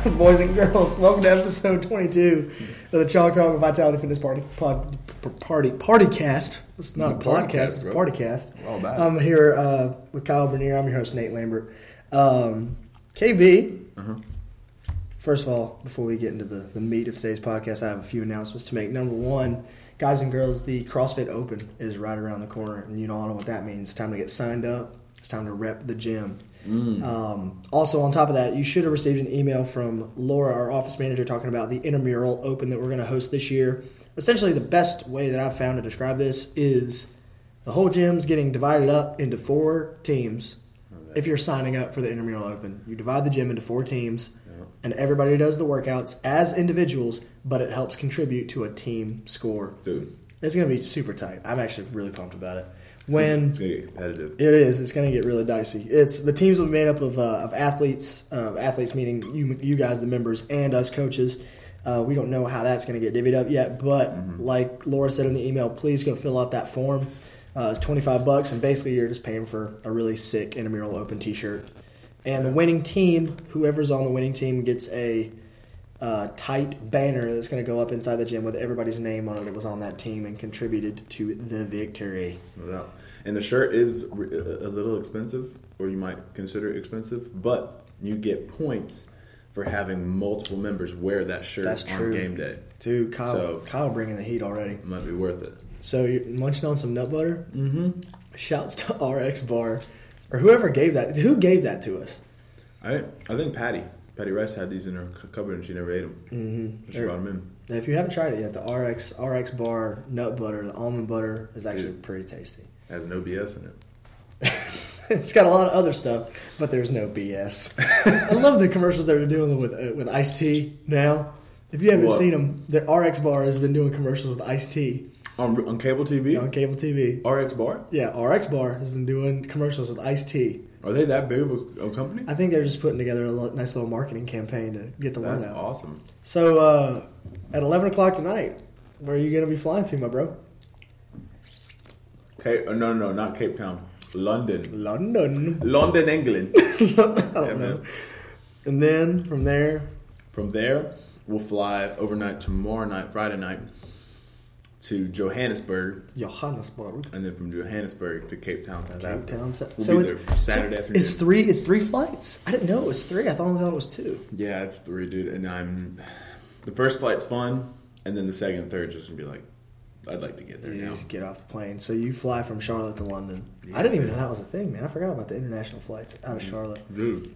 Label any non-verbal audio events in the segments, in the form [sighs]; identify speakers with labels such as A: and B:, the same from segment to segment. A: [laughs] boys and girls. Welcome to episode 22 of the Chalk Talk and Vitality Fitness Party pod, p- Party Party Cast. It's not
B: It's
A: a
B: a
A: podcast;
B: podcast,
A: it's a
B: bro.
A: party cast.
B: Well, bad.
A: I'm here uh, with Kyle Bernier. I'm your host, Nate Lambert. Um, KB. First of all, before we get into the, the meat of today's podcast, I have a few announcements to make. Number one, guys and girls, the CrossFit Open is right around the corner, and you all know what that means. It's time to get signed up. It's time to rep the gym. Um, also, on top of that, you should have received an email from Laura, our office manager, talking about the intramural open that we're going to host this year. Essentially, the best way that I've found to describe this is the whole gym's getting divided up into four teams. If you're signing up for the intramural open, you divide the gym into four teams, and everybody does the workouts as individuals, but it helps contribute to a team score.
B: Dude,
A: It's gonna be super tight. I'm actually really pumped about it. When
B: it's gonna get competitive.
A: it is. It's going to get really dicey. It's the teams will be made up of, uh, of athletes, uh, athletes meaning you, you guys, the members, and us coaches. Uh, we don't know how that's going to get divvied up yet, but like Laura said in the email, please go fill out that form. Uh, it's twenty five bucks, and basically you're just paying for a really sick intramural open T-shirt. And the winning team, whoever's on the winning team, gets a uh, tight banner that's going to go up inside the gym with everybody's name on it that was on that team and contributed to the victory.
B: No doubt. And the shirt is r- a a little expensive, or you might consider it expensive, but you get points for having multiple members wear that shirt
A: That's
B: on
A: true.
B: game day.
A: Dude, Kyle,
B: So-
A: Kyle bringing the heat already.
B: Might be worth it.
A: So you're munching on some nut butter. Mm-hmm. Shouts to [laughs] RX Bar, or whoever gave that. Who gave that to us?
B: I I think Patty Patty Rice had these in her cu- cupboard and she never ate them. Mm-hmm. She
A: They're-
B: brought them in.
A: Now, if you haven't tried it yet, the RX RX Bar nut butter, the almond butter is actually
B: Dude.
A: pretty tasty. [laughs]
B: Has no BS in it.
A: it's got a lot of other stuff, but there's no BS. [laughs] I love the commercials that they're doing with uh, with Ice Tea now. If you haven't
B: What?
A: seen them, the RX Bar has been doing commercials with Ice Tea
B: On on cable TV,
A: on cable TV.
B: RX Bar.
A: Yeah, RX Bar has been doing commercials with Ice Tea.
B: Are they that big of a, a company?
A: I think they're just putting together a lo- nice little marketing campaign to get the
B: That's
A: word out.
B: awesome.
A: So uh, at eleven o'clock tonight, where are you gonna be flying to, my bro?
B: Okay, oh, no, no, not Cape Town, London,
A: London. [laughs]
B: London, England. [laughs]
A: I don't
B: Yeah,
A: know.
B: man.
A: And then from there,
B: From there, we'll fly overnight tomorrow night, Friday night, to Johannesburg,
A: Johannesburg,
B: and then from Johannesburg to Cape Town, South
A: Cape
B: Africa.
A: Town. So,
B: We'll
A: so
B: be
A: it's
B: there Saturday
A: so
B: afternoon.
A: It's three. It's three flights. I didn't know it was three. I thought I thought it was two.
B: Yeah, it's three, dude. And I'm the first flight's fun, and then the second, and third, just gonna be like, I'd like to get there
A: You
B: now.
A: just get off the plane. So you fly from Charlotte to London. I
B: Yeah,
A: didn't even
B: dude. Mm-hmm.
A: know that was a thing, man. I forgot about the international flights out of Charlotte.
B: Dude,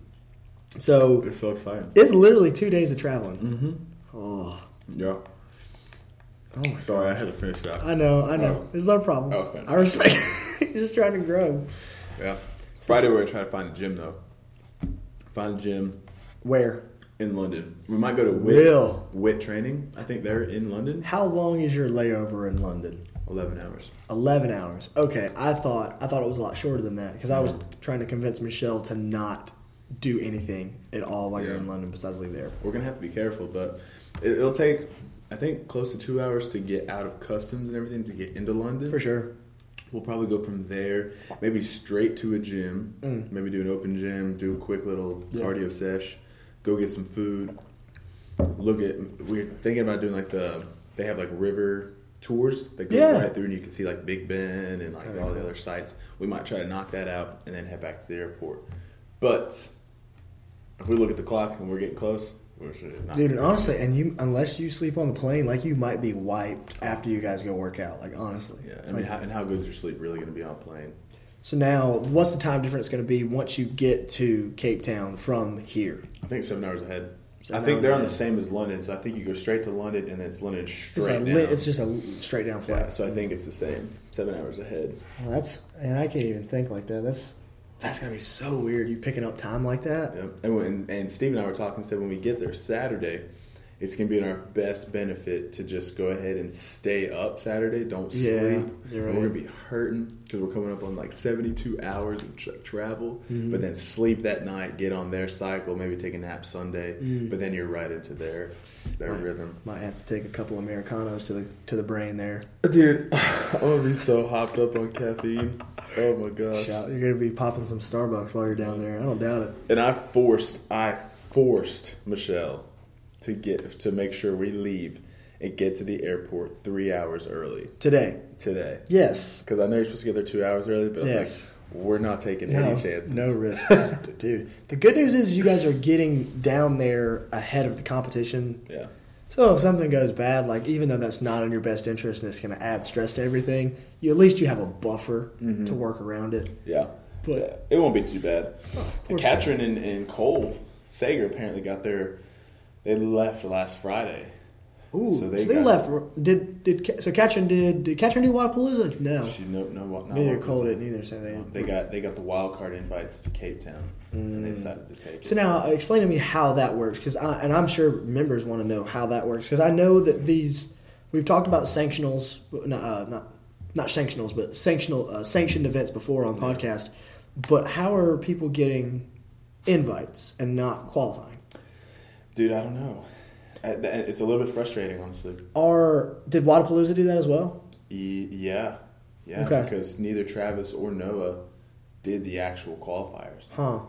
A: So
B: it's so exciting.
A: it's literally two days of traveling.
B: Mm-hmm.
A: Oh,
B: Yeah.
A: oh my
B: Sorry, I had to finish that.
A: I know, I know.
B: Oh.
A: It's no problem.
B: Oh, fair
A: I respect. [laughs] You're just trying to grow.
B: yeah. Friday, we're gonna try to find a gym though. Find a gym
A: Where?
B: in London. We might go to Wit.
A: Will.
B: Wit training. I think they're in London.
A: How long is your layover in London?
B: Eleven hours.
A: Eleven hours. Okay, I thought I thought it was a lot shorter than that because I was
B: Mm-hmm.
A: trying to convince Michelle to not do anything at all while you're
B: Yeah.
A: in London besides leave the airport.
B: We're gonna have to be careful, but it, it'll take I think close to two hours to get out of customs and everything to get into London.
A: For sure.
B: We'll probably go from there, maybe straight to a gym,
A: Mm.
B: maybe do an open gym, do a quick little
A: Yeah.
B: cardio sesh, go get some food. Look at we're thinking about doing like the they have like river tours that go
A: Yeah.
B: right through and you can see like Big Ben and like
A: That'd be
B: all the
A: cool.
B: other sites. We might try to knock that out and then head back to the airport. But if we look at the clock and we're getting close, we should not
A: Dude,
B: be
A: and honestly, and you unless you sleep on the plane, like you might be wiped after you guys go work out. Like honestly.
B: Yeah, I mean,
A: Like,
B: how, and how good is your sleep really going to be on a plane?
A: so now, what's the time difference going to be once you get to Cape Town from here?
B: I think seven hours ahead.
A: Seven
B: I think
A: hours
B: they're on the
A: ahead.
B: same as London, so I think you go straight to London and it's London
A: It's, a
B: straight down.
A: li- it's just a straight down flight.
B: yeah, so I think it's the same. Seven hours ahead.
A: Well, that's and I can't even think like that. That's that's gonna be so weird. You picking up time like that?
B: Yep. And, when, and Steve and I were talking, said when we get there Saturday, it's going to be in our best benefit to just go ahead and stay up Saturday. Don't
A: Yeah,
B: sleep.
A: you're
B: And We're
A: right.
B: going to be hurting because we're coming up on like 72 hours of tra- travel,
A: Mm-hmm.
B: but then sleep that night, get on their cycle, maybe take a nap Sunday, but then you're right into their, their
A: Mm-hmm. Right.
B: rhythm.
A: Might have to take a couple Americanos to the to the brain there.
B: Dude, [sighs] I'm gonna be so hopped up on caffeine. Oh my gosh.
A: Shout, you're gonna be popping some Starbucks while you're down there. I don't doubt it.
B: And I forced, I forced Michelle to get to make sure we leave and get to the airport three hours early
A: today.
B: today.
A: Yes.
B: Because I know you're supposed to get there two hours early, but I was
A: Yes.
B: like, we're not taking
A: No,
B: any chances. [laughs]
A: no risks, dude. The good news is you guys are getting down there ahead of the competition
B: Yeah.
A: So if something goes bad, like even though that's not in your best interest and it's going to add stress to everything, you at least you have a buffer
B: Mhm.
A: to work around it.
B: Yeah.
A: But Oh,
B: It won't be too bad.
A: of
B: And
A: course
B: Katrin and, and Cole Sager apparently got their. They left last Friday.
A: ooh,
B: so
A: so
B: they
A: they,
B: got-
A: left. Did did Ca- so? Katrin did. Did Katrin do Wadapalooza? No,
B: She no no what not
A: neither
B: what-
A: Cole didn't either. So they.
B: Um, They got they got the wild card invites to Cape Town, and they decided to take it.
A: Mm. So now explain to me how that works, because I and I'm sure members want to know how that works, because I know that these we've talked about sanctionals, not uh, not not sanctionals, but sanctional uh, sanctioned events before on the podcast. But how are people getting invites and not qualifying?
B: dude, I don't know. I, th- it's a little bit frustrating, honestly.
A: Are did Wadapalooza do that as well?
B: E- yeah, yeah,
A: Okay.
B: because neither Travis or Noah did the actual qualifiers,
A: Huh.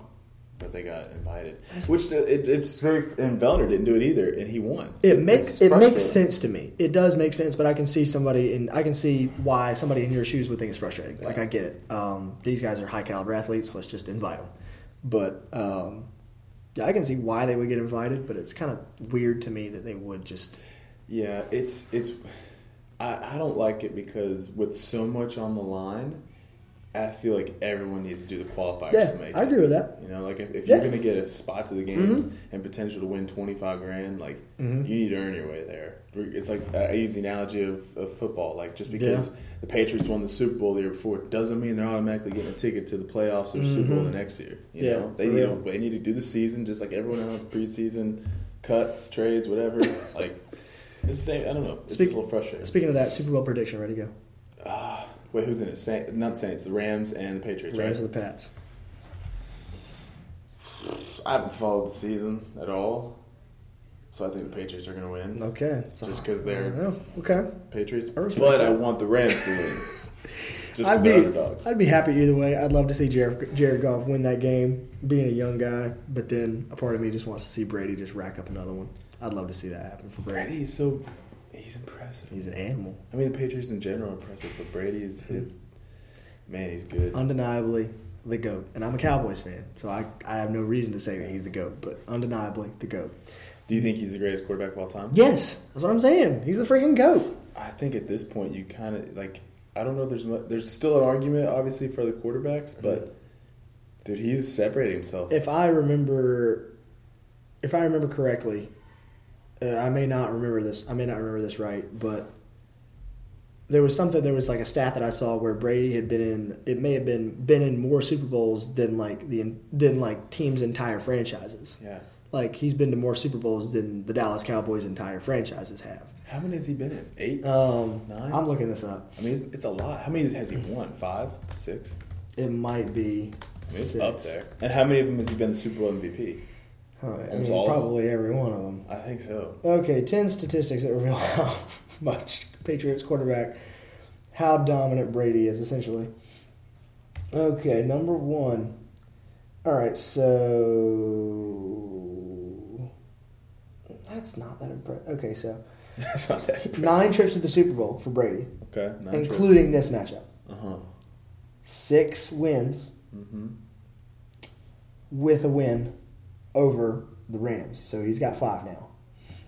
B: but they got invited. Which the- it, it's very and Vellner didn't do it either, and he won.
A: It makes
B: It's
A: it
B: frustrating.
A: makes sense to me. It does make sense, but I can see somebody and I can see why somebody in your shoes would think it's frustrating. Like
B: Yeah.
A: I get it. Um, these guys are high caliber athletes. Let's just invite them. But um, yeah, I can see why they would get invited. But it's kind of weird to me that they would just.
B: Yeah, it's it's. I, I don't like it because with so much on the line, I feel like everyone needs to do the qualifiers
A: Yeah,
B: to make
A: I
B: it.
A: agree with that.
B: You know, like if, if
A: Yeah. Mm-hmm.
B: you're going to get a spot to the games and potential to win 25 grand, like
A: Mhm.
B: you need to earn your way there. It's like I use the analogy of, of football. Like just because the Patriots won the Super Bowl the year before doesn't mean they're automatically getting a ticket to the playoffs or Super Bowl the next year. You
A: Mm-hmm. Yeah,
B: know, they
A: for
B: need,
A: real.
B: to, they need to do the season just like everyone else, preseason, cuts, trades,
A: [laughs]
B: whatever. like it's the same. I don't know. It's
A: Speak-
B: just a little frustrating.
A: Speaking of that, Super Bowl prediction. Ready to go?
B: Ah, wait, who's in it? Saint, not Saints, the Rams and the Patriots,
A: Rams
B: right?
A: or the Pats?
B: I haven't followed the season at all, so I think the Patriots are going to win.
A: Okay. So,
B: Just 'cause
A: I
B: they're-
A: don't know. okay.
B: Patriots,
A: I respect
B: but
A: that.
B: I want the Rams to
A: [laughs]
B: win. Just because
A: I'd
B: they're
A: be,
B: underdogs.
A: I'd be happy either way. I'd love to see Jared, Jared Goff win that game, being a young guy. But then a part of me just wants to see Brady just rack up another one. I'd love to see that happen for Brady.
B: Brady's so he's impressive.
A: He's an animal,
B: I mean, the Patriots in general are impressive, but Brady is
A: Mm-hmm.
B: his man. He's
A: Uh,
B: good.
A: undeniably the goat. And I'm a Cowboys fan, so I I have no reason to say that he's the goat, but undeniably the goat.
B: Do you think he's the greatest quarterback of all time?
A: Yes, that's what I'm saying. He's the freaking goat.
B: I think at this point you kind of like I don't know. if There's mu- there's still an argument obviously for the
A: Mm-hmm.
B: quarterbacks, but dude, he's separating himself.
A: If I remember, if I remember correctly, uh, I may not remember this. I may not remember this right, but there was something. There was like a stat that I saw where Brady had been in. It may have been been in more Super Bowls than like the than like teams' entire franchises.
B: yeah.
A: Like he's been to more Super Bowls than the Dallas Cowboys' entire franchises have.
B: How many has he been in? Eight.
A: Um,
B: Nine?
A: I'm looking this up.
B: I mean, it's, it's a lot. How many has he won? Five, six.
A: It might be.
B: I mean, it's
A: six.
B: up there. And how many of them has he been the Super Bowl MVP?
A: Huh, I mean,
B: Almost all of them.
A: probably every one of them.
B: I think so.
A: Okay, 10 statistics that reveal [laughs] how much Patriots quarterback, how dominant Brady is, essentially. Okay, number one. All right, so. That's not that impressive. Okay, so
B: [laughs] That's not that.
A: nine trips to the Super Bowl for Brady,
B: Okay.
A: including this matchup.
B: Uh huh.
A: Six wins
B: Mm-hmm.
A: with a win over the Rams. So he's got five now.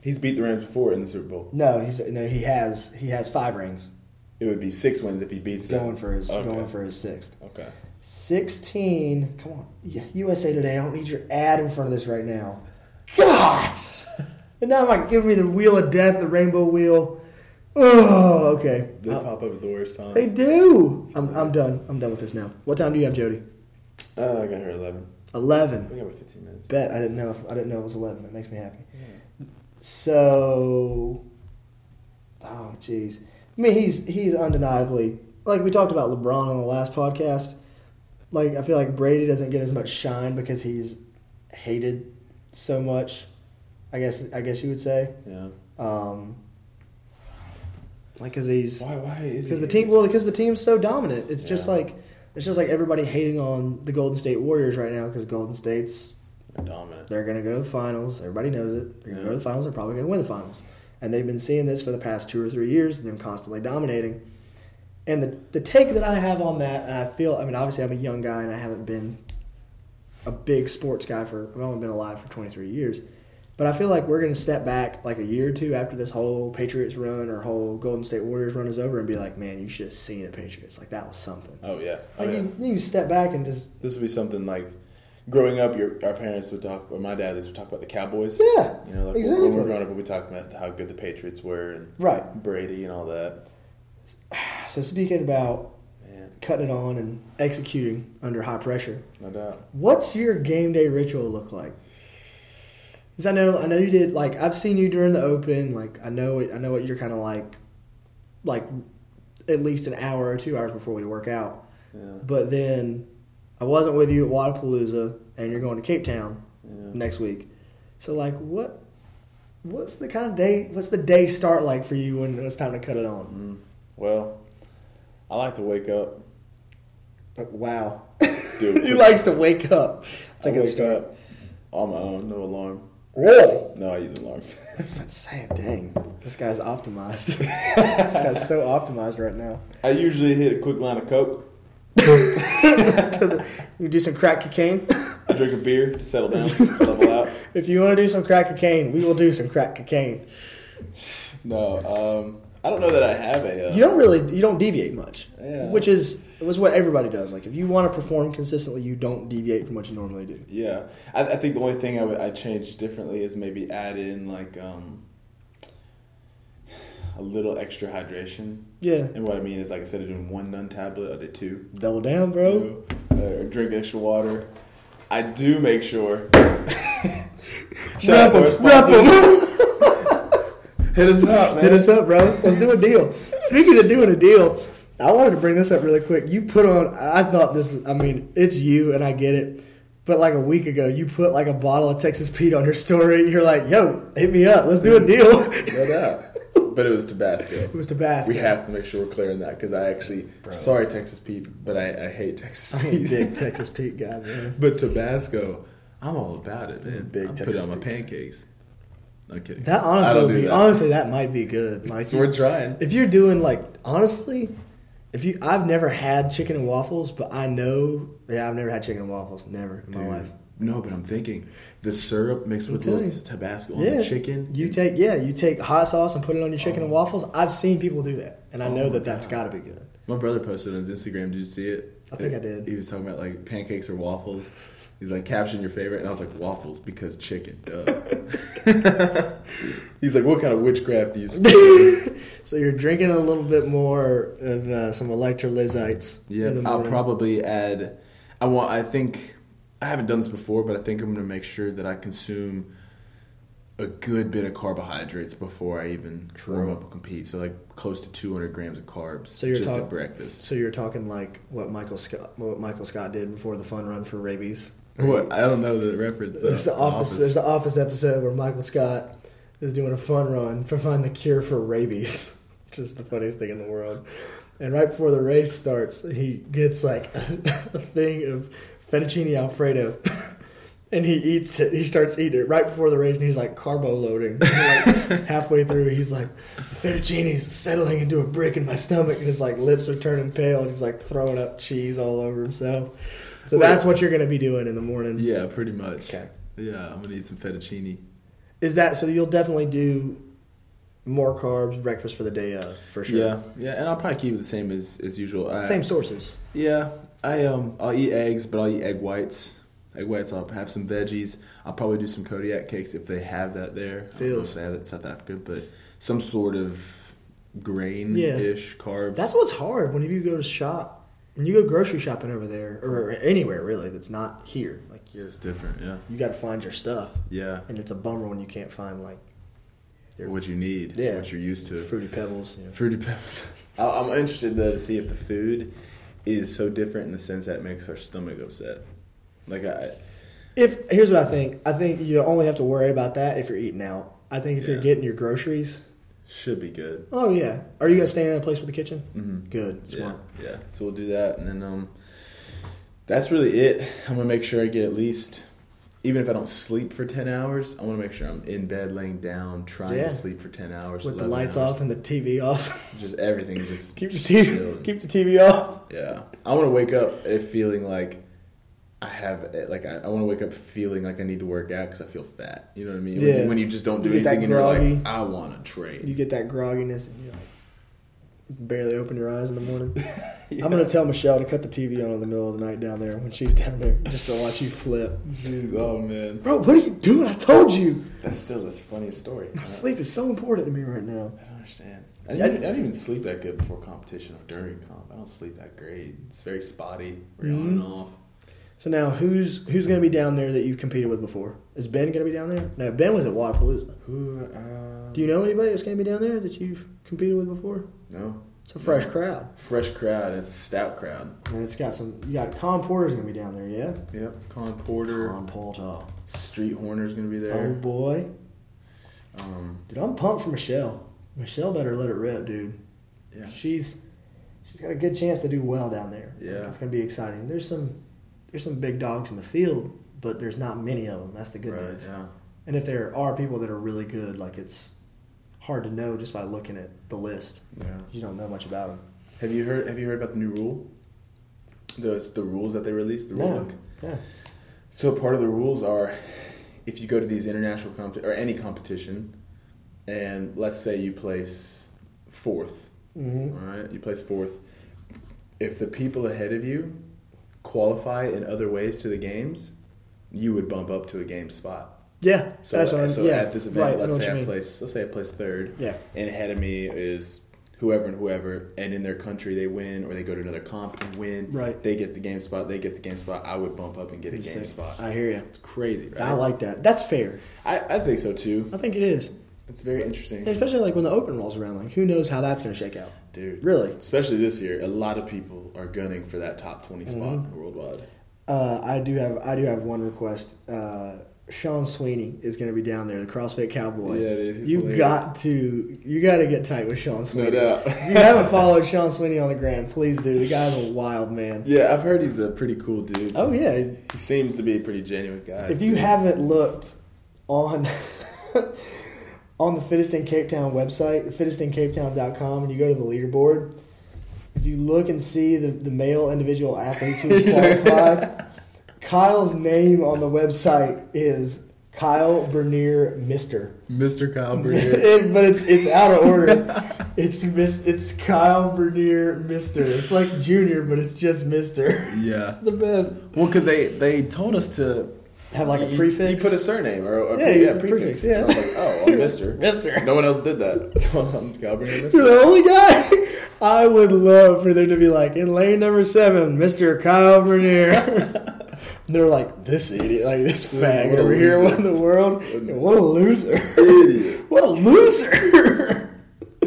B: He's beat the Rams before in the Super Bowl.
A: No, he's no he has he has five rings.
B: It would be six wins if he beats them.
A: Going for his
B: Okay.
A: going for his sixth.
B: Okay.
A: 16. Come on. Yeah, USA Today. I don't need your ad in front of this right now. Gosh! And now, like, give me the wheel of death, the rainbow wheel. Oh, okay.
B: They
A: Uh,
B: pop up at the worst time.
A: they do. I'm, I'm done. I'm done with this now. What time do you have, Jody?
B: Oh, I got here eleven. We
A: 11.
B: got about fifteen minutes.
A: Bet I didn't know. If, I didn't know it was 11. That makes me happy.
B: Hmm.
A: So, oh jeez. I mean, he's he's undeniably like we talked about LeBron on the last podcast. Like I feel like Brady doesn't get as much shine because he's hated so much. I guess I guess you would say.
B: Yeah.
A: Um, like because he's
B: Why? Why is
A: because
B: he-
A: the team well because the team's so dominant. It's just
B: Yeah.
A: like it's just like everybody hating on the Golden State Warriors right now because Golden State's
B: They're dominant.
A: They're going to go to the finals. Everybody knows it. They're going
B: Yeah.
A: to go to the finals. They're probably going to win the finals. And they've been seeing this for the past two or three years, them constantly dominating. And the, the take that I have on that, and I feel, I mean, obviously I'm a young guy and I haven't been a big sports guy for, I've only been alive for 23 years. But I feel like we're going to step back like a year or two after this whole Patriots run or whole Golden State Warriors run is over and be like, man, you should have seen the Patriots. Like, that was something.
B: Oh yeah. Oh,
A: Like,
B: yeah.
A: you, you step back and just,
B: This would be something like growing up. Your our parents would talk, or my dad at least would talk about the Cowboys.
A: Yeah,
B: You know, like
A: exactly.
B: when we were growing up, we talked about how good the Patriots were and
A: right.
B: Brady and all that.
A: So, speaking about
B: Man,
A: cutting it on and executing under high pressure.
B: no doubt.
A: What's your game day ritual look like? Because I know, I know you did. Like I've seen you during the open. Like I know, I know what you're kind of like, like at least an hour or two hours before we work out.
B: Yeah.
A: But then I wasn't with you at Wadapalooza, and you're going to Cape Town
B: yeah.
A: next week. So like, what, what's the kind of day? What's the day start like for you when it's time to cut it on?
B: Mm. Well, I like to wake up.
A: Like, wow,
B: Dude.
A: [laughs] he likes to wake up. It's a
B: I
A: good
B: wake
A: start.
B: up on my own, no alarm.
A: Really?
B: No, I use an alarm. [laughs]
A: That's sad. Dang, this guy's optimized. [laughs] this guy's so optimized right now. [laughs]
B: I usually hit a quick line of coke.
A: To the- you do some crack cocaine.
B: I drink a beer to settle
A: [laughs]
B: down, level out.
A: If you want to do some crack cocaine, we will do some crack cocaine.
B: No, um, I don't know that I have a. Uh,
A: You don't really, you don't deviate much,
B: Yeah.
A: which is was what everybody does. Like if you want to perform consistently, you don't deviate from what you normally do.
B: Yeah, I, I think the only thing I would I change differently is maybe add in like um, a little extra hydration.
A: Yeah,
B: And what I mean is, like instead of doing one nun tablet, I did two.
A: double down, bro.
B: You know, uh, or drink extra water. I do make sure. [laughs] Shout out
A: Rep
B: to our
A: 'em, rep 'em. [laughs]
B: sponsors. Hit us up, man.
A: Hit us up, bro. Let's do a deal. Speaking of doing a deal, I wanted to bring this up really quick. You put on, I thought this, was- I mean, it's you and I get it. But like a week ago, you put like a bottle of Texas Pete on your story. You're like, yo, hit me up. Let's do a deal. it [laughs]
B: No doubt. But it was Tabasco.
A: was [laughs] Tabasco.
B: We have to make sure we're clearing that because I actually, sorry Texas Pete, but I, I hate Texas
A: I'm a
B: Pete. [laughs]
A: big Texas Pete guy, man.
B: But Tabasco, I'm all about it, man.
A: Big
B: I put
A: Texas
B: it on my
A: big-
B: pancakes. I'm kidding.
A: That
B: I
A: honestly
B: don't
A: would
B: do
A: be,
B: that.
A: honestly, that might be good. Like,
B: So we're trying.
A: if you're doing like, honestly, if you, I've never had chicken and waffles, but I know, yeah, I've never had chicken and waffles. Never in my
B: Dude.
A: life.
B: No, but I'm thinking the syrup mixed with a
A: telling
B: little
A: you.
B: Tabasco on
A: Yeah.
B: the chicken. Oh.
A: You take yeah, you take hot sauce and put it on your chicken and waffles. I've seen people do that, and I know that that's got to be good.
B: My brother posted on his Instagram. Did you see it?
A: I think I did.
B: He was talking about like pancakes or waffles. He's like, caption your favorite, and I was like, waffles because chicken.
A: [laughs]
B: Duh. He's like, what kind of witchcraft
A: [laughs]
B: do you speak?
A: So you're drinking a little bit more of uh, some electrolytes.
B: Yeah,
A: in the
B: I'll
A: morning.
B: probably add. I want. I think I haven't done this before, but I think I'm going to make sure that I consume a good bit of carbohydrates before I even warm up and compete. So like close to 200 grams of carbs
A: So you're
B: just
A: talk-
B: at breakfast.
A: So you're talking like what Michael Scott, what Michael Scott did before the fun run for rabies.
B: What? I don't know the reference. Though.
A: There's the office. There's the office episode where Michael Scott is doing a fun run to find the cure for rabies, [laughs] which is the funniest thing in the world. And right before the race starts, he gets like [laughs] a thing of fettuccine alfredo, [laughs] and he eats it. He starts eating it right before the race, and he's like carbo loading.
B: [laughs]
A: And, like, halfway through, he's like, "Fettuccine's settling into a brick in my stomach," and his like lips are turning pale, and he's like throwing up cheese all over himself. So
B: Wait.
A: that's what you're gonna be doing in the morning.
B: Yeah, pretty much.
A: Okay.
B: Yeah, I'm gonna eat some fettuccine.
A: Is that so? You'll definitely do more carbs breakfast for the day of for sure.
B: Yeah, yeah, and I'll probably keep it the same as as usual. I,
A: Same sources.
B: Yeah, I um, I'll eat eggs, but I'll eat egg whites. Egg whites. I'll have some veggies. I'll probably do some Kodiak cakes if they have that there. I don't know
A: Feels.
B: if they have that in South Africa, but some sort of grain-ish carbs.
A: That's what's hard whenever you go to shop. When you go grocery shopping over there or anywhere really that's not here, like you're,
B: it's different. Yeah,
A: you got to find your stuff,
B: yeah.
A: and it's a bummer when you can't find like Your-
B: What you need.
A: Yeah.
B: What you're used to.
A: fruity pebbles. You know.
B: Fruity pebbles. [laughs] I- I'm interested though to see if the food is so different in the sense that it makes our stomach upset. Like I,
A: If here's what I think, I think you only have to worry about that if you're eating out. I think if you're
B: Yeah.
A: getting your groceries,
B: should be good.
A: oh yeah, are you guys staying in a place with a kitchen?
B: Mm-hmm.
A: Good, smart.
B: Yeah, yeah. So we'll do that, and then um, that's really it. I'm gonna make sure I get at least even if I don't sleep for ten hours, I want to make sure I'm in bed, laying down, trying to
A: Yeah.
B: sleep for ten hours
A: with the
B: 11
A: lights
B: hours.
A: off and the TV off. [laughs]
B: Just everything, just
A: keep the
B: chilling.
A: TV, keep the TV off.
B: Yeah, I want to wake up eh, feeling like I have eh, like I, I want to wake up feeling like I need to work out because I feel fat. You know what I mean? When-
A: Yeah.
B: When, you just don't do
A: You get that
B: anything and you're like,
A: groggy.
B: I want to train.
A: You get that grogginess and you're like, barely open your eyes in the morning. [laughs] I'm gonna tell Michelle to cut the TV on in the middle of the night down there when she's down there just to watch you flip.
B: [laughs] Jeez, oh man,
A: Bro, what are you doing? I told you.
B: that's still the funniest story.
A: My sleep is so important to me right now.
B: I don't understand. I didn't, I didn't even sleep that good before competition or during comp. I don't sleep that great. It's very spotty. We're on and off.
A: So now, who's who's gonna be down there that you've competed with before? Is Ben gonna be down there? No, Ben was at Wadapalooza.
B: Who? Uh,
A: Do you know anybody that's gonna be down there that you've competed with before?
B: No.
A: It's a fresh
B: No.
A: crowd,
B: Fresh crowd. It's a stout crowd.
A: and it's got some. You got Con Porter's gonna be down there, yeah.
B: Yep. Con Porter.
A: Con Porter,
B: Street Horner's gonna be
A: oh
B: there.
A: boy,
B: Um,
A: dude, I'm pumped for Michelle. Michelle better let it rip, dude.
B: yeah.
A: She's she's got a good chance to do well down there.
B: Yeah.
A: it's gonna be exciting. There's some there's some big dogs in the field, but there's not many of them. That's the good
B: right.
A: news.
B: Yeah.
A: And if there are people that are really good, like it's hard to know just by looking at the list.
B: Yeah.
A: You don't know much about them.
B: Have you heard? Have you heard about the new rule? The the rules that they released. The rule
A: No.
B: book.
A: Yeah.
B: So part of the rules are, if you go to these international comp or any competition, and let's say you place fourth,
A: Mm-hmm.
B: all right, you place fourth. If the people ahead of you qualify in other ways to the games, you would bump up to a game spot.
A: Yeah.
B: So,
A: that's what I'm,
B: so
A: yeah.
B: at this event,
A: right, I know
B: let's
A: what
B: say
A: you
B: I
A: mean.
B: place let's say I place third.
A: Yeah.
B: And ahead of me is whoever and whoever, and in their country they win or they go to another comp and win.
A: Right.
B: They get the game spot. They get the game spot. I would bump up and get a
A: You
B: game
A: say-
B: spot.
A: I hear you.
B: it's crazy, right?
A: I like that. That's fair.
B: I, I think so too.
A: I think it is,
B: It's very interesting,
A: And especially like when the open rolls around. Like, who knows how that's going to shake out?
B: dude.
A: Really,
B: Especially this year, a lot of people are gunning for that top twenty spot
A: Mm-hmm.
B: worldwide.
A: uh, I do have I do have one request. Uh, Sean Sweeney is going to be down there, the CrossFit Cowboy.
B: Yeah, dude, he's
A: you
B: hilarious.
A: got to you got to get tight with Sean Sweeney.
B: doubt. [laughs]
A: if you haven't followed Sean Sweeney on the gram, please do. The guy's a wild man.
B: Yeah, I've heard he's a pretty cool dude.
A: Oh yeah,
B: He seems to be a pretty genuine guy.
A: If you haven't looked on [laughs] on the fittest in Cape Town website, fittestincapetown.com, and you go to the leaderboard, if you look and see the, the male individual
B: [laughs]
A: athletes who qualify, Kyle's name on the website is Kyle Bernier Mister.
B: Mr. Kyle [laughs] Breer.
A: [laughs] It- but it's it's out of order. It's Miss it's Kyle Bernier Mister. It's like junior, but it's just Mister. [laughs]
B: yeah.
A: the best.
B: Well, because they they told us to
A: Have like a
B: you,
A: prefix.
B: You put a surname or a,
A: Yeah,
B: pre-
A: you
B: yeah,
A: put a
B: prefix.
A: prefix, yeah.
B: I was like, oh, I'm Mister. [laughs]
A: Mister.
B: No one else did that, [laughs] so I'm Calvary
A: You're
B: Mister.
A: the only guy. [laughs] I would love for them to be like in lane number seven, Mister Kyle Bernier.
B: [laughs]
A: And They're like this idiot, like this fag
B: What a
A: over here.
B: loser.
A: What in the world?
B: Wouldn't-
A: What a loser! [laughs]
B: Idiot.
A: what a loser! [laughs]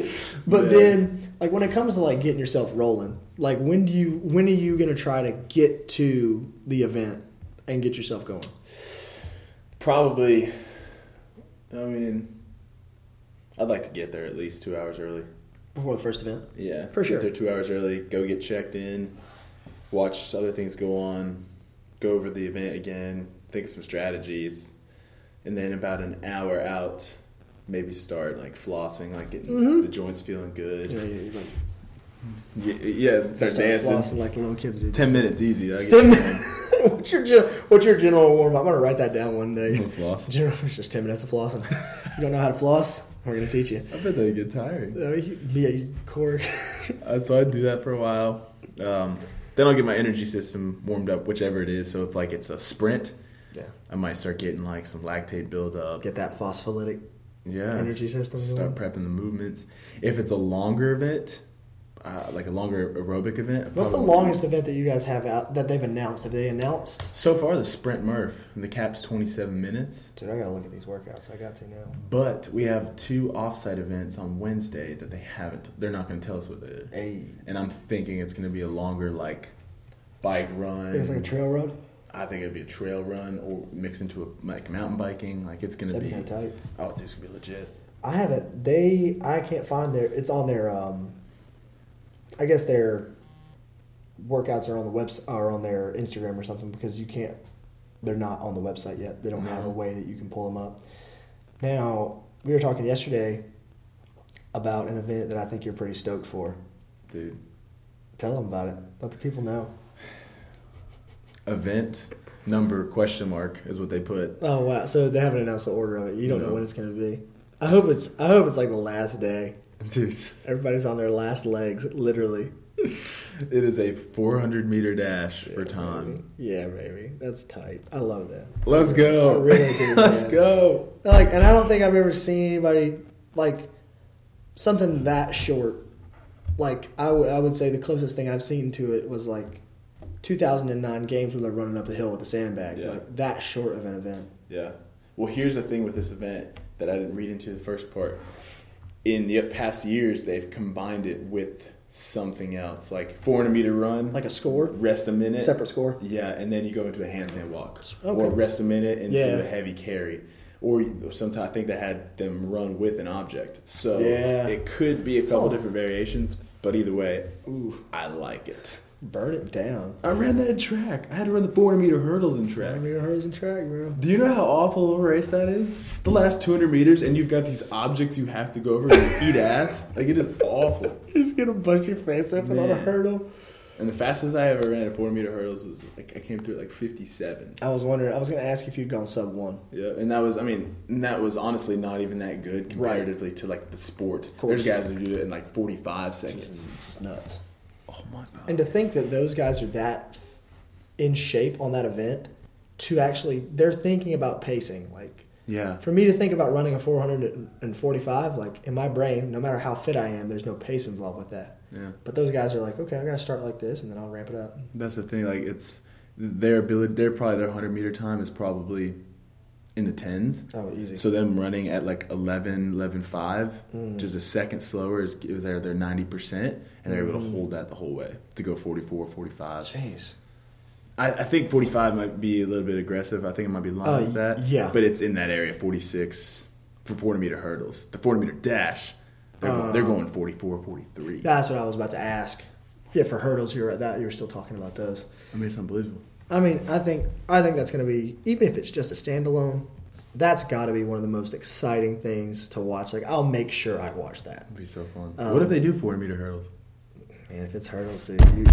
A: but
B: Man.
A: then, like when it comes to like getting yourself rolling, like when do you when are you gonna try to get to the event and get yourself going?
B: Probably. I mean, I'd like to get there at least two hours early.
A: Before the first event,
B: Yeah,
A: For sure.
B: Get there two hours early. Go get checked in. Watch other things go on. Go over the event again. Think of some strategies, and then about an hour out, maybe start like flossing, like getting
A: Mm-hmm.
B: the joints feeling good.
A: you know, you, you like
B: Yeah, yeah start,
A: start
B: dancing.
A: flossing like the little kids do.
B: Ten minutes easy. I guess. [laughs]
A: Stem. [laughs] what's your gen- what's your general warm up? I'm gonna write that down one day.
B: Floss.
A: [laughs] General, it's just ten minutes of flossing. you don't know how to floss? We're gonna teach you.
B: I bet they get tired.
A: Uh, you- yeah, you core.
B: Uh, so I do that for a while. Um, then I'll get my energy system warmed up, whichever it is. So if like it's a sprint,
A: yeah,
B: I might start getting like some lactate buildup.
A: [laughs] get that phospholytic.
B: yeah,
A: energy
B: s-
A: system
B: Start prepping the movements. If it's a longer event, uh, like a longer aerobic event. I
A: What's the
B: probably-
A: longest event that you guys have out that they've announced? Have they announced?
B: So far, the sprint Murph and the cap's twenty-seven minutes.
A: Dude, I gotta look at these workouts. I got to now.
B: But we have two offsite events on Wednesday that they haven't. They're not going to tell us what they are.
A: Hey,
B: and I'm thinking it's going to be a longer like bike run.
A: it's like a trail road.
B: I think it'd be a trail run or mixed into a like mountain biking. Like it's going to
A: That'd
B: be.
A: be kinda tight.
B: Oh, dude, it's going to be legit.
A: I haven't. They. I can't find their. It's on their. um I guess their workouts are on the webs are on their Instagram or something because you can't they're not on the website yet. They don't have a
B: No.
A: way that you can pull them up. Now, we were talking yesterday about an event that I think you're pretty stoked for.
B: dude.
A: Tell them about it. Let the people know.
B: Event number question mark is what they put. [laughs]
A: Oh wow! So they haven't announced the order of it. You don't know
B: No.
A: when it's going to be. I hope it's. I hope it's like the last day.
B: Dude,
A: Everybody's on their last legs, literally.
B: it is a 400 meter dash for time.
A: Yeah, baby, that's tight. I love that.
B: Let's go.
A: I
B: [laughs]
A: really do,
B: Let's
A: man.
B: go.
A: Like, and I don't think I've ever seen anybody like something that short. Like, I would- I would say the closest thing I've seen to it was like 2009 games where they're running up the hill with a sandbag.
B: Yeah.
A: Like that short of an event.
B: Yeah. Well, here's the thing with this event that I didn't read into the first part. In the past years, they've combined it with something else, like 400 meter run,
A: Like a score,
B: rest a minute,
A: separate score.
B: Mm-hmm. Yeah, and then you go into a handstand walk
A: Okay.
B: or rest a minute into
A: Yeah.
B: a heavy carry. Or sometimes I think they had them run with an object. So
A: Yeah.
B: it could be a couple
A: Oh.
B: different variations, but either way,
A: Ooh,
B: I like it.
A: burn it down.
B: I ran that in track. I had to run the 400 meter hurdles in
A: I
B: track.
A: mean, hers and track, bro.
B: Do you know how awful of a race that is? The last 200 meters, and you've got these objects you have to go over and [laughs] eat ass. Like, it is awful.
A: You're just gonna bust your face open on a
B: Man.
A: hurdle.
B: And the fastest I ever ran at 400 meter hurdles was, like, I came through at like 57.
A: I was wondering. I was gonna ask if you'd gone sub one.
B: Yeah, and that was, I mean, and that was honestly not even that good comparatively to like the sport.
A: course.
B: There's guys who do it in like 45 seconds.
A: It's just nuts.
B: Oh my god.
A: And to think that those guys are that f- in shape on that event to actually, they're thinking about pacing. Like
B: Yeah.
A: for me to think about running a 445, like in my brain, no matter how fit I am, there's no pace involved with that.
B: Yeah.
A: But those guys are like, okay, I gotta start like this, and then I'll ramp it up.
B: That's the thing. Like, it's their ability, their probably their 100 meter time is probably in the tens.
A: Oh, easy.
B: So them running at like 11, 11, 5,
A: Mm.
B: just a second slower is is their, their 90%, and they're able
A: Mm.
B: to hold that the whole way to go 44, 45.
A: Jeez.
B: I, I think 45 might be a little bit aggressive. I think it might be in line
A: Uh,
B: with that.
A: yeah.
B: But it's in that area, 46 for 40 meter hurdles. The 40 meter dash, they're, go-
A: Uh.
B: they're going 44, 43.
A: That's what I was about to ask. Yeah, for hurdles, you're at that. You're still talking about those.
B: I mean, it's unbelievable.
A: I mean, I think I think that's going to be even if it's just a standalone, that's got to be one of the most exciting things to watch. Like I'll make sure I watch that.
B: It'd be so fun.
A: Um,
B: what if they do 40 meter hurdles?
A: Man, if it's hurdles, dude, you,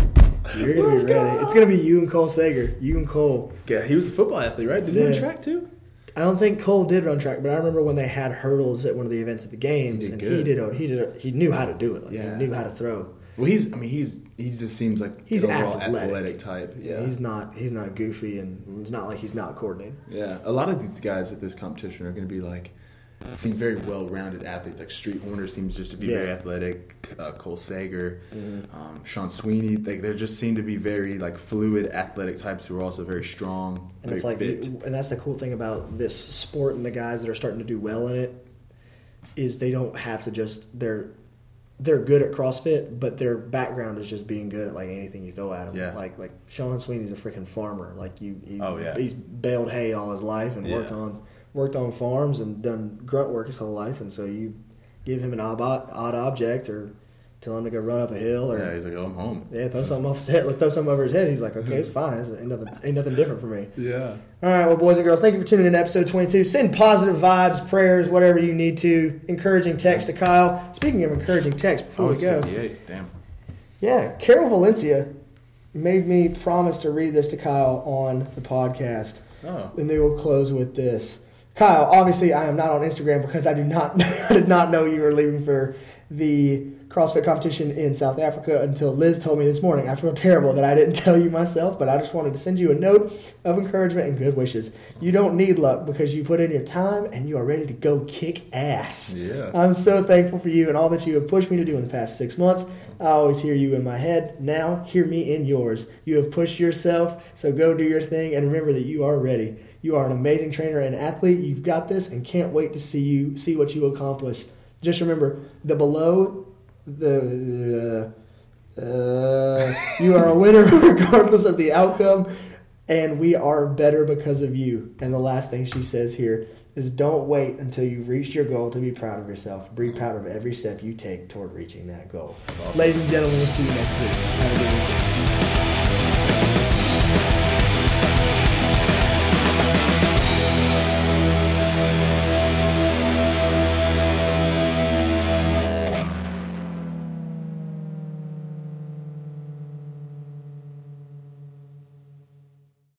A: you're gonna
B: Let's
A: be ready.
B: go.
A: It's gonna be you and Cole Sager. You and Cole.
B: Yeah, he was a football athlete, right? Did he
A: Yeah.
B: run track too?
A: I don't think Cole did run track, but I remember when they had hurdles at one of the events at the games,
B: He
A: and
B: did
A: he
B: good.
A: did. a- He did. a- He knew how to do it. Like,
B: Yeah.
A: He knew how to throw.
B: Well, he's, I mean, he's, he just seems like
A: He's
B: an overall
A: athletic.
B: athletic. type.
A: Yeah.
B: Yeah.
A: He's not. He's not goofy, and it's not like he's not coordinated.
B: yeah. A lot of these guys at this competition are going to be like, seem very well rounded athletes. Like Street Horner seems just to be very
A: Yeah. Mm-hmm.
B: athletic. Uh, Cole Sager, um, Sean Sweeney, like they just seem to be very like fluid athletic types who are also very strong,
A: And
B: very
A: it's like,
B: fit.
A: and that's the cool thing about this sport and the guys that are starting to do well in it is they don't have to just they're they're good at CrossFit, but their background is just being good at like anything you throw at them.
B: Yeah.
A: Like like Sean Sweeney's a freaking farmer. Like you, he,
B: Oh, yeah.
A: he's baled hay all his life and worked
B: Yeah.
A: on worked on farms and done grunt work his whole life. And so you give him an odd, odd object or tell him to go run up a hill or
B: yeah, he's like, oh, I'm home.
A: yeah, throw something off his head. Like throw something over his head. He's like,
B: [laughs]
A: okay, it's fine. It's, ain't nothing ain't nothing different for me.
B: Yeah.
A: All right, well, boys and girls, thank you for tuning in to episode 22. Send positive vibes, prayers, whatever you need to. Encouraging text to Kyle. Speaking of encouraging text, before
B: Oh,
A: we
B: it's
A: go,
B: 58. Damn.
A: yeah, Carol Valencia made me promise to read this to Kyle on the podcast.
B: Oh.
A: And they will close with this. Kyle, obviously, I am not on Instagram because I do not, [laughs] I did not know you were leaving for the CrossFit competition in South Africa until Liz told me this morning. I feel terrible that I didn't [laughs] tell you myself, but I just wanted to send you a note of encouragement and good wishes. You don't need luck because you put in your time and you are ready to go kick ass.
B: Yeah.
A: I'm so thankful for you and all that you have pushed me to do in the past six months. I always hear you in my head. Now, hear me in yours. You have pushed yourself, so go do your thing and remember that you are ready. You are an amazing trainer and athlete. You've got this and can't wait to see you see what you accomplish. Just remember the below the uh, you are a winner [laughs] regardless of the outcome and we are better because of you. And the last thing she says here is don't wait until you've reached your goal to be proud of yourself. Be proud of every step you take toward reaching that goal. Ladies and gentlemen, we'll see you next week. Have a good weekend.